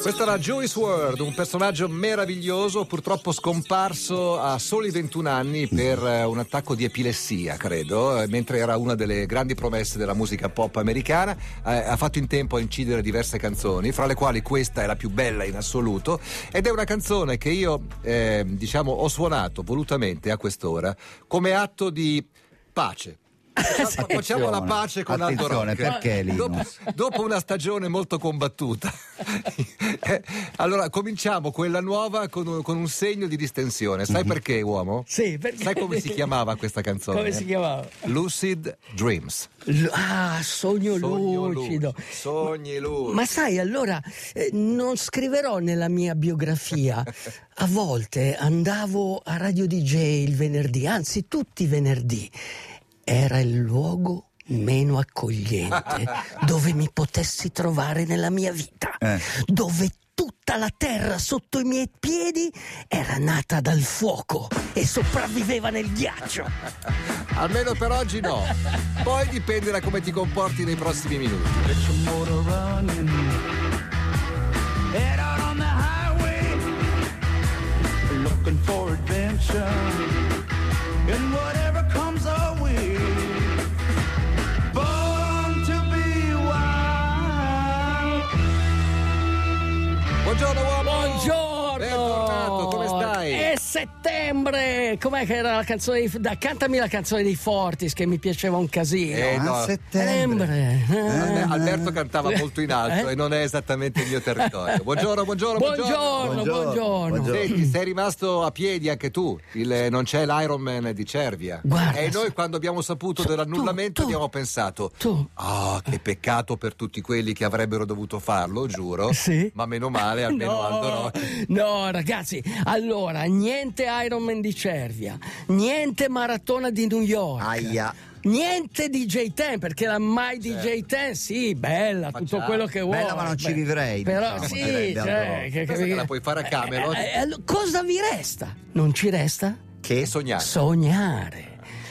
Questa era Joyce Ward, un personaggio meraviglioso, purtroppo scomparso a soli 21 anni per eh, un attacco di epilessia, credo, eh, mentre era una delle grandi promesse della musica pop americana. Eh, ha fatto in tempo a incidere diverse canzoni, fra le quali questa è la più bella in assoluto, ed è una canzone che io, eh, diciamo, ho suonato volutamente a quest'ora come atto di pace. Facciamo, facciamo la pace con Aldo Attenzione, Rock. perché, Lino? Dopo, dopo una stagione molto combattuta. Eh, allora, cominciamo quella nuova con un, con un segno di distensione. Sai perché, uomo? Mhm. Sì, perché... Sai come si chiamava questa canzone? Come si chiamava? Lucid Dreams. L- ah, sogno, Sogno lucido. lucido. Sogni lucido. Ma sai, allora eh, non scriverò nella mia biografia. A volte andavo a Radio DJ il venerdì, anzi tutti i venerdì. Era il luogo meno accogliente dove mi potessi trovare nella mia vita, Eh. dove tutta la terra sotto i miei piedi era nata dal fuoco e sopravviveva nel ghiaccio. Almeno per oggi no. Poi dipende da come ti comporti nei prossimi minuti. Get your motor running. Head out on the highway. Looking for adventure. And whatever comes our way. Born to be wild. Buongiorno, uomo. Buongiorno! Bentornato, come stai? È settembre! Com'è che era la canzone di... da- Cantami la canzone dei Fortis che mi piaceva un casino. Eh, no. A settembre. Settembre. Eh, Alberto cantava molto in alto Eh? e non è esattamente il mio territorio. Buongiorno, buongiorno, Buongiorno, buongiorno. Buongiorno. Senti, sei rimasto a piedi anche tu, il- eh, non c'è l'Iron Man di Cervia. Guarda, e noi se- quando abbiamo saputo tu- dell'annullamento tu- abbiamo pensato, tu. ah che peccato per tutti quelli che avrebbero dovuto farlo, giuro, Sì. ma meno male, almeno Aldo Rock. no, ragazzi, allora niente Ironman di Cervia, niente Maratona di New York. Aia. Niente DJ Ten, perché la mai DJ Ten, sì, bella, tutto Facciamo. quello che vuoi. Bella, ma non ci Beh, vivrei, Però diciamo, sì, direbbe cioè, Aldo. Questa che la puoi fare a Camelot. Eh, eh, allo- cosa vi resta? Non ci resta? E Che sognare. Sognare.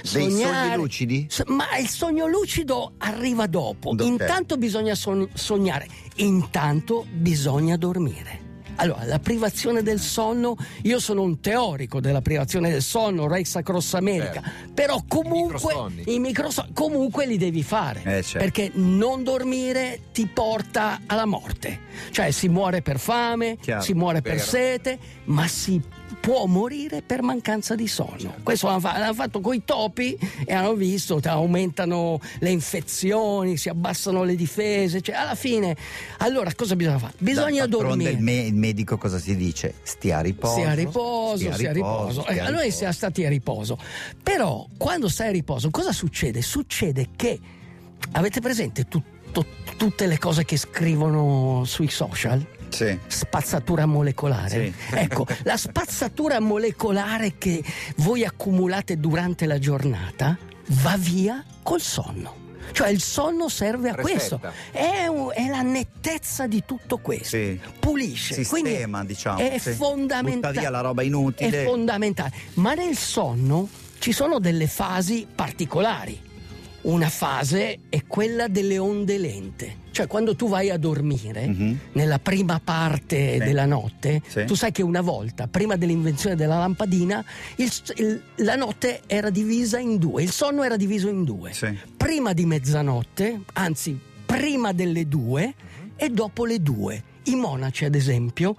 Dei sogni lucidi? So- ma il sogno lucido arriva dopo. Dopo. Intanto bisogna son- sognare, intanto bisogna dormire. Allora, la privazione del sonno, io sono un teorico della privazione del sonno, Rex Sacross America, però comunque microsonni. i microsogni comunque li devi fare Eh, certo. perché non dormire ti porta alla morte cioè si muore per fame Chiaro, si muore per vero. sete ma si può morire per mancanza di sonno Certo. questo l'hanno, fa- l'hanno fatto con i topi e hanno visto che aumentano le infezioni si abbassano le difese cioè, alla fine allora cosa bisogna fare? bisogna D'altronde dormire Il, me- il medico cosa si dice? Stia a riposo. Stia a riposo, stia a riposo. stia a Eh, Allora riposo. siamo stati a riposo. Però quando stai a riposo, cosa succede? Succede che avete presente tutto- tutte le cose che scrivono sui social? Sì. Spazzatura molecolare. Ecco, la spazzatura molecolare che voi accumulate durante la giornata va via col sonno. Cioè il sonno serve a Prefetta. questo, è, un- è la nettezza di tutto questo, Sì. pulisce. Quindi Sistema, diciamo. è sì. fondamentale. Butta via la roba inutile. È fondamentale. Ma nel sonno ci sono delle fasi particolari. Una fase è quella delle onde lente. Cioè, quando tu vai a dormire, Mhm. nella prima parte Sì. della notte, Sì. tu sai che una volta, prima dell'invenzione della lampadina, il- il- la notte era divisa in due, il sonno era diviso in due. Sì. Prima di mezzanotte, anzi, prima delle due Mhm. e dopo le due. I monaci, ad esempio,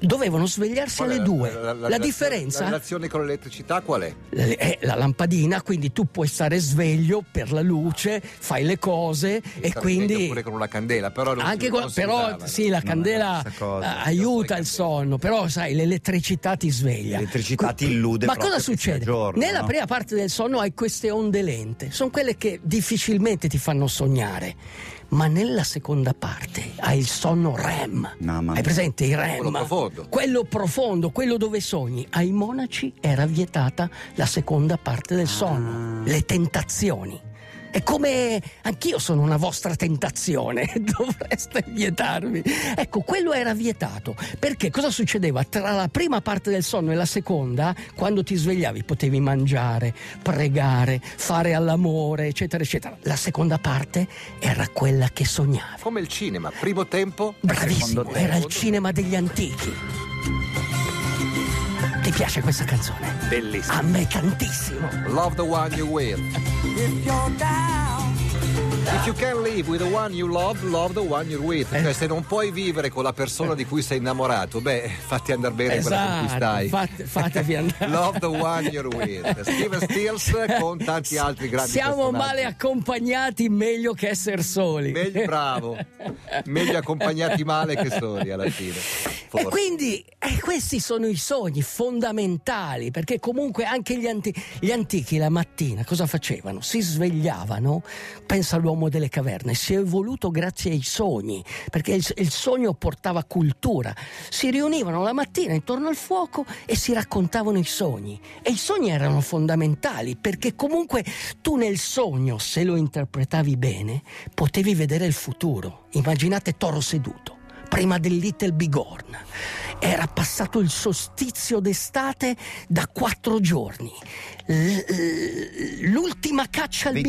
dovevano svegliarsi Qual è alle la- due. la- la- la- La, La differenza relazione con l'elettricità qual è? le- è la lampadina, quindi tu puoi stare sveglio per la luce, fai le cose e Stare meglio quindi Pure con una candela, però non anche si- qua- non si però usava. sì, la Non è la candela stessa cosa. eh, aiuta il sonno, però sai, l'elettricità ti sveglia. L'elettricità Co- ti illude Ma proprio cosa che sia succede? giorno, Nella no? prima parte del sonno hai queste onde lente, sono quelle che difficilmente ti fanno sognare. Ma nella seconda parte hai il sonno REM. Mamma hai mia. presente i REM? Quello profondo. Quello profondo, quello dove sogni. Ai monaci era vietata la seconda parte del sonno, le tentazioni. È come anch'io sono una vostra tentazione, dovreste vietarmi. Ecco, quello era vietato perché cosa succedeva? Tra la prima parte del sonno e la seconda, quando ti svegliavi, potevi mangiare, pregare, fare all'amore, eccetera, eccetera. La seconda parte era quella che sognavi. Come il cinema, primo tempo. Bravissimo, secondo era il tempo. cinema degli antichi. Ti piace questa canzone? Bellissimo. A me tantissimo. Love the one you will. If you can live with the one you love, love the one you're with. Eh. Cioè, se non puoi vivere con la persona di cui sei innamorato, beh, fatti andare bene quella con cui stai. Esatto, fate- fatevi andare. Love the one you're with. Steven Stills con tanti altri grandi Siamo personaggi. male accompagnati, meglio che essere soli. Meglio, bravo. Meglio accompagnati male che soli alla fine. E Forse. quindi eh, questi sono i sogni fondamentali, perché comunque anche gli, anti- gli antichi la mattina cosa facevano? Si svegliavano, pensa all'uomo delle caverne, si è evoluto grazie ai sogni, perché il, il sogno portava cultura. Si riunivano la mattina intorno al fuoco e si raccontavano i sogni. E i sogni erano fondamentali, perché comunque tu nel sogno, se lo interpretavi bene, potevi vedere il futuro. Immaginate Toro seduto prima del Little Bigorn. Era passato il sostizio d'estate da quattro giorni. L- l'ultima caccia al 25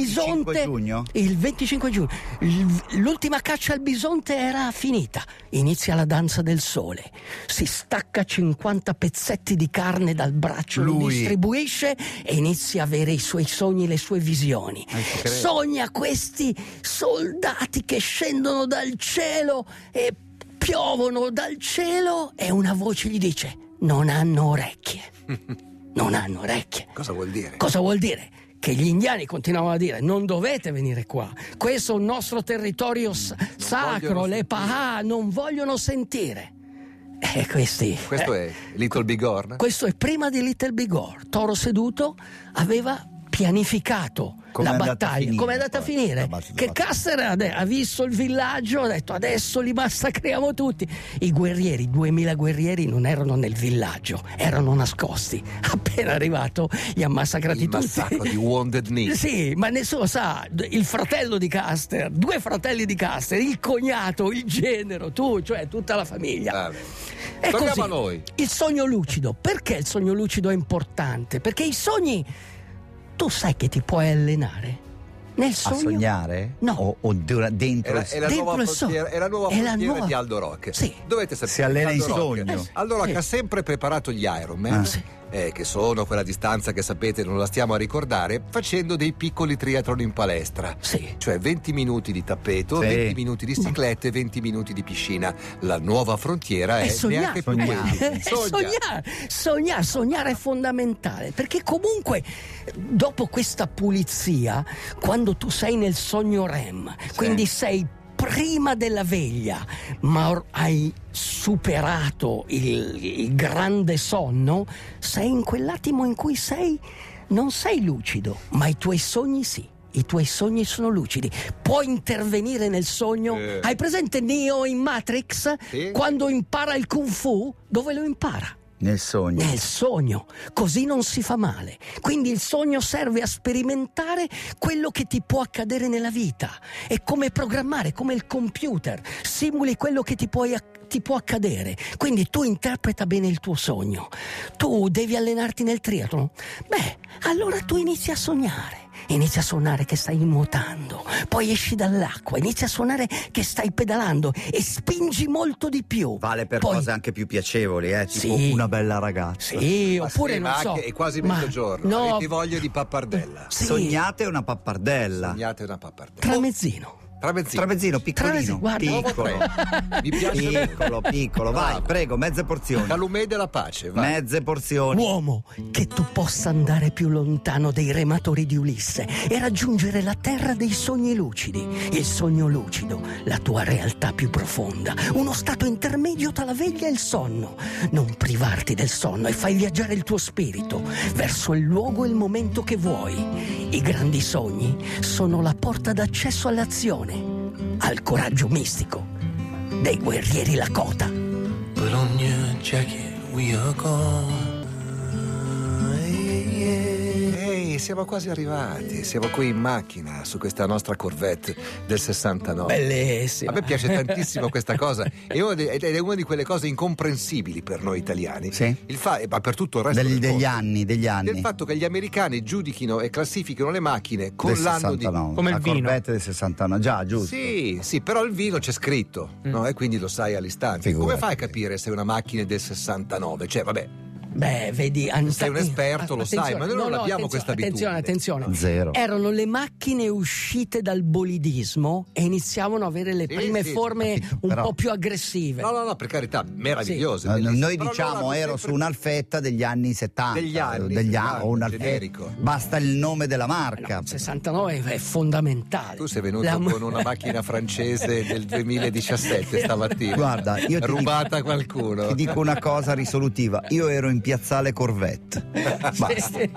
bisonte. giugno? Il 25 giugno. L- l'ultima caccia al bisonte era finita. Inizia la danza del sole. Si stacca 50 pezzetti di carne dal braccio, lo Lui. distribuisce e inizia a avere i suoi sogni, le sue visioni. Eh, ci credo. Sogna questi soldati che scendono dal cielo e piovono dal cielo e una voce gli dice non hanno orecchie. Non hanno orecchie. Cosa vuol dire? Cosa vuol dire? Che gli indiani continuavano a dire non dovete venire qua, questo è un nostro territorio s- sacro, vogliono le sentire." Pahà non vogliono sentire. E questi... Questo eh, è Little Bigorn. questo è prima di Little Bigor. Toro seduto aveva pianificato Com'è la andata a battaglia. finire, Come è andata a poi, finire? la battaglia. Che Caster ha de- ha visto il villaggio, ha detto adesso li massacriamo tutti. I guerrieri, 2000 guerrieri, non erano nel villaggio, erano nascosti. Appena arrivato li ha massacrati Il tutti. massacro di Wounded Knee. Sì, ma nessuno sa, d- il fratello di Caster, due fratelli di Caster, il cognato, il genero, tu, cioè tutta la famiglia. Vabbè. E Torniamo così, a noi. Il sogno lucido, perché il sogno lucido è importante? Perché i sogni, tu sai che ti puoi allenare nel A sogno. sognare? No. O, o dura- È dentro la, il è la Dentro nuova il sogno. frontiera, è la nuova È la frontiera nuova- di Aldo Rock. Sì. Dovete sapere. Si allena Aldo in Rock- sogno. Eh, sì. Aldo Rock Sì. ha sempre preparato gli Iron Man. Ah. Sì. eh, che sono quella distanza che sapete non la stiamo a ricordare, facendo dei piccoli triathlon in palestra. Sì. Cioè 20 minuti di tappeto, Sì. 20 minuti di ciclette, 20 minuti di piscina. La nuova frontiera E è neanche sognare. più quella. Eh, sognare, sognare, sognare è fondamentale perché comunque dopo questa pulizia, quando tu sei nel sogno REM, quindi sei prima della veglia, ma or- hai superato il, il grande sonno, sei in quell'attimo in cui sei non sei lucido, ma i tuoi sogni sì. I tuoi sogni sono lucidi, puoi intervenire nel sogno. Eh. Hai presente Neo in Matrix? Sì. Quando impara il kung fu, dove lo impara? nel sogno. Nel sogno, così non si fa male. Quindi il sogno serve a sperimentare quello che ti può accadere nella vita. È come programmare, come il computer. Simuli quello che ti, puoi ac- ti può accadere. Quindi tu interpreta bene il tuo sogno. Tu devi allenarti nel triathlon. Beh, allora tu inizi a sognare. Inizi a suonare che stai nuotando, poi esci dall'acqua, inizi a suonare che stai pedalando e spingi molto di più. Vale per Poi- cose anche più piacevoli, eh, tipo Sì. una bella ragazza. sì, Ma oppure sì, non ma so. anche- È quasi ma- mezzogiorno. No, Avete voglia di pappardella. sì, Sognate una pappardella. Sognate una pappardella. tramezzino. Tramezzino. Tramezzino Tramezzino, piccolino, guarda. piccolo. Mi piace. piccolo, piccolo, vai, Bravo. prego, mezze porzioni. Calumet della pace, vai. Mezze porzioni. Uomo, che tu possa andare più lontano dei rematori di Ulisse e raggiungere la terra dei sogni lucidi. Il sogno lucido, la tua realtà più profonda, uno stato intermedio tra la veglia e il sonno. Non privarti del sonno e fai viaggiare il tuo spirito verso il luogo e il momento che vuoi. I grandi sogni sono la porta d'accesso all'azione, al coraggio mistico dei guerrieri Lakota. Put on your jacket, we are gone. Ehi, Sì, siamo quasi arrivati. Siamo qui in macchina su questa nostra Corvette del 69. Bellissimo. A me piace tantissimo questa cosa è una de- ed è una di quelle cose incomprensibili per noi italiani. Sì. Il fa- e- ma per tutto il resto Degli- del degli mondo. anni, degli Del anni. fatto che gli americani giudichino e classifichino le macchine con del l'anno di. 69. Come il la vino. Corvette del 69, già, giusto. Sì, sì, però il vino c'è scritto, Mm. no? E quindi lo sai all'istante. Come Figurati. fai a capire se una macchina è del 69? Cioè, vabbè, Beh, vedi, an- sei un esperto, lo sai, Attenzione, ma noi non no, no, abbiamo attenzio- questa abitudine. Attenzione, attenzione. Zero. Erano le macchine uscite dal bolidismo e iniziavano a avere le Sì, prime sì, forme capito, un però- po' più aggressive. No, no, no, per carità, meraviglioso. No, no, bellissimo. Noi Però diciamo loro hanno ero sempre- su un'alfetta degli anni 70. Degli anni, degli an- 70, o un'alfetta. generico. Basta il nome della No, marca. 69 è fondamentale. Tu sei venuto La- con una macchina francese del 2017 stamattina. Guarda, io ti rubata a dico- qualcuno. Ti dico una cosa risolutiva. Io ero in piazzale Corvette. Sì, Basta. sì.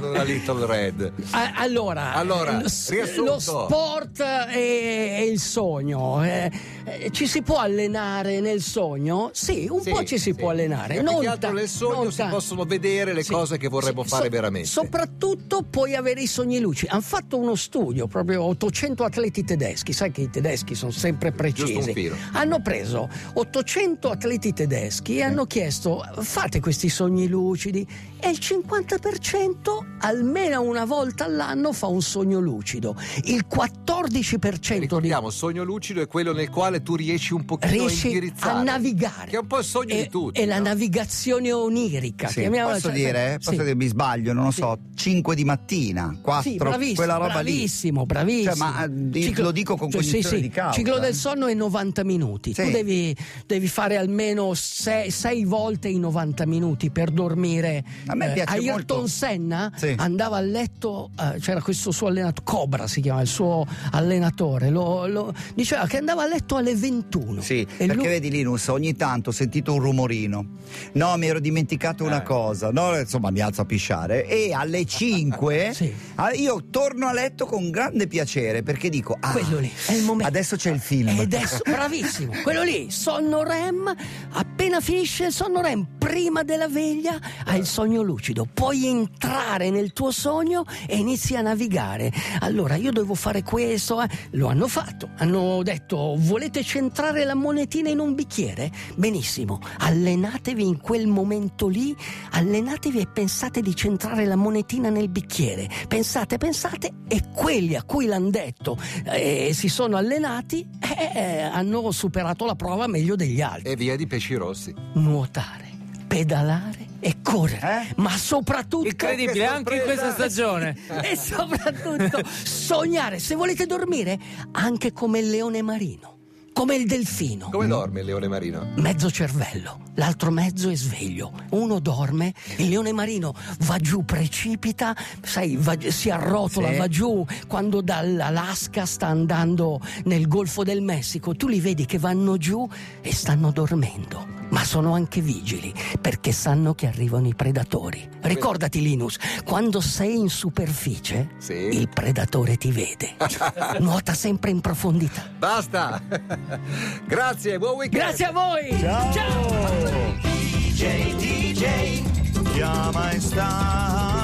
Una Little Red. A- allora, Allora, lo, s- riassunto. lo sport è, è il sogno. eh. Eh, ci si può allenare nel sogno? Sì, un Sì, po' ci si sì. può allenare. Perché non più che altro ta- nel sogno non si tanto. possono vedere le Sì, cose che vorremmo sì, fare so- veramente. Soprattutto puoi avere i sogni luci. Hanno fatto uno studio, proprio 800 atleti tedeschi, sai che i tedeschi sono sempre precisi. Giusto un filo. Hanno preso 800 atleti tedeschi e hanno chiesto fate questi sogni lucidi e il 50% almeno una volta all'anno fa un sogno lucido. Il 14% di Ricordiamo, sogno lucido è quello nel quale tu riesci un pochino a riesci indirizzare. a navigare. Che è un po' il sogno E- di tutti. È la no? navigazione onirica. Sì, chiamiamola- posso cioè- dire, eh? sì. posso dire, mi sbaglio, non lo so, 5 di mattina, 4, Sì, bravissimo, quella roba bravissimo, lì. bravissimo. Cioè, ma eh, di- Ciclo- lo dico con cioè, cognizione sì, sì, di causa. Ciclo eh. del sonno è 90 minuti. Sì. Tu devi, devi fare almeno 6 volte i 90 minuti per dormire. Eh, A me piace Ayrton molto- Senna Sì. andava a letto, eh, c'era questo suo allenatore, Cobra si chiama, il suo allenatore, lo- lo- diceva che andava a letto alle 21. Sì, E perché lui- vedi Linus, ogni tanto ho sentito un rumorino. No, mi ero dimenticato una cosa. No, insomma, mi alzo a pisciare e alle 5 Sì. ah, io torno a letto con grande piacere perché dico ah, Quello lì è il momento. Adesso c'è il film. E adesso, bravissimo, quello lì, sonno REM, appena finisce il sonno REM, prima della veglia, hai il sogno lucido, puoi entrare nel tuo sogno e inizi a navigare. Allora, io devo fare questo, eh. lo hanno fatto, hanno detto, volete centrare la monetina in un bicchiere? Benissimo, allenatevi in quel momento lì, allenatevi e pensate di centrare la monetina nel bicchiere, pensate, pensate e quelli a cui l'hanno detto e si sono allenati eh, eh, hanno superato la prova meglio degli altri. E via di pesci rossi. Nuotare, pedalare e correre, Eh? ma soprattutto... Incredibile, anche in questa stagione. E soprattutto sognare, se volete dormire, anche come il leone marino, come il delfino. Come dorme il leone marino? Mezzo cervello, l'altro mezzo è sveglio. Uno dorme, il leone marino va giù, precipita, sai, va- si arrotola, Sì. va giù. Quando dall'Alaska sta andando nel Golfo del Messico, tu li vedi che vanno giù e stanno dormendo, ma sono anche vigili perché sanno che arrivano i predatori. Ricordati, Linus, quando sei in superficie, Sì. il predatore ti vede. Nuota sempre in profondità. Basta! Grazie, buon weekend! Grazie a voi! Ciao. DJ, DJ, chiama e sta.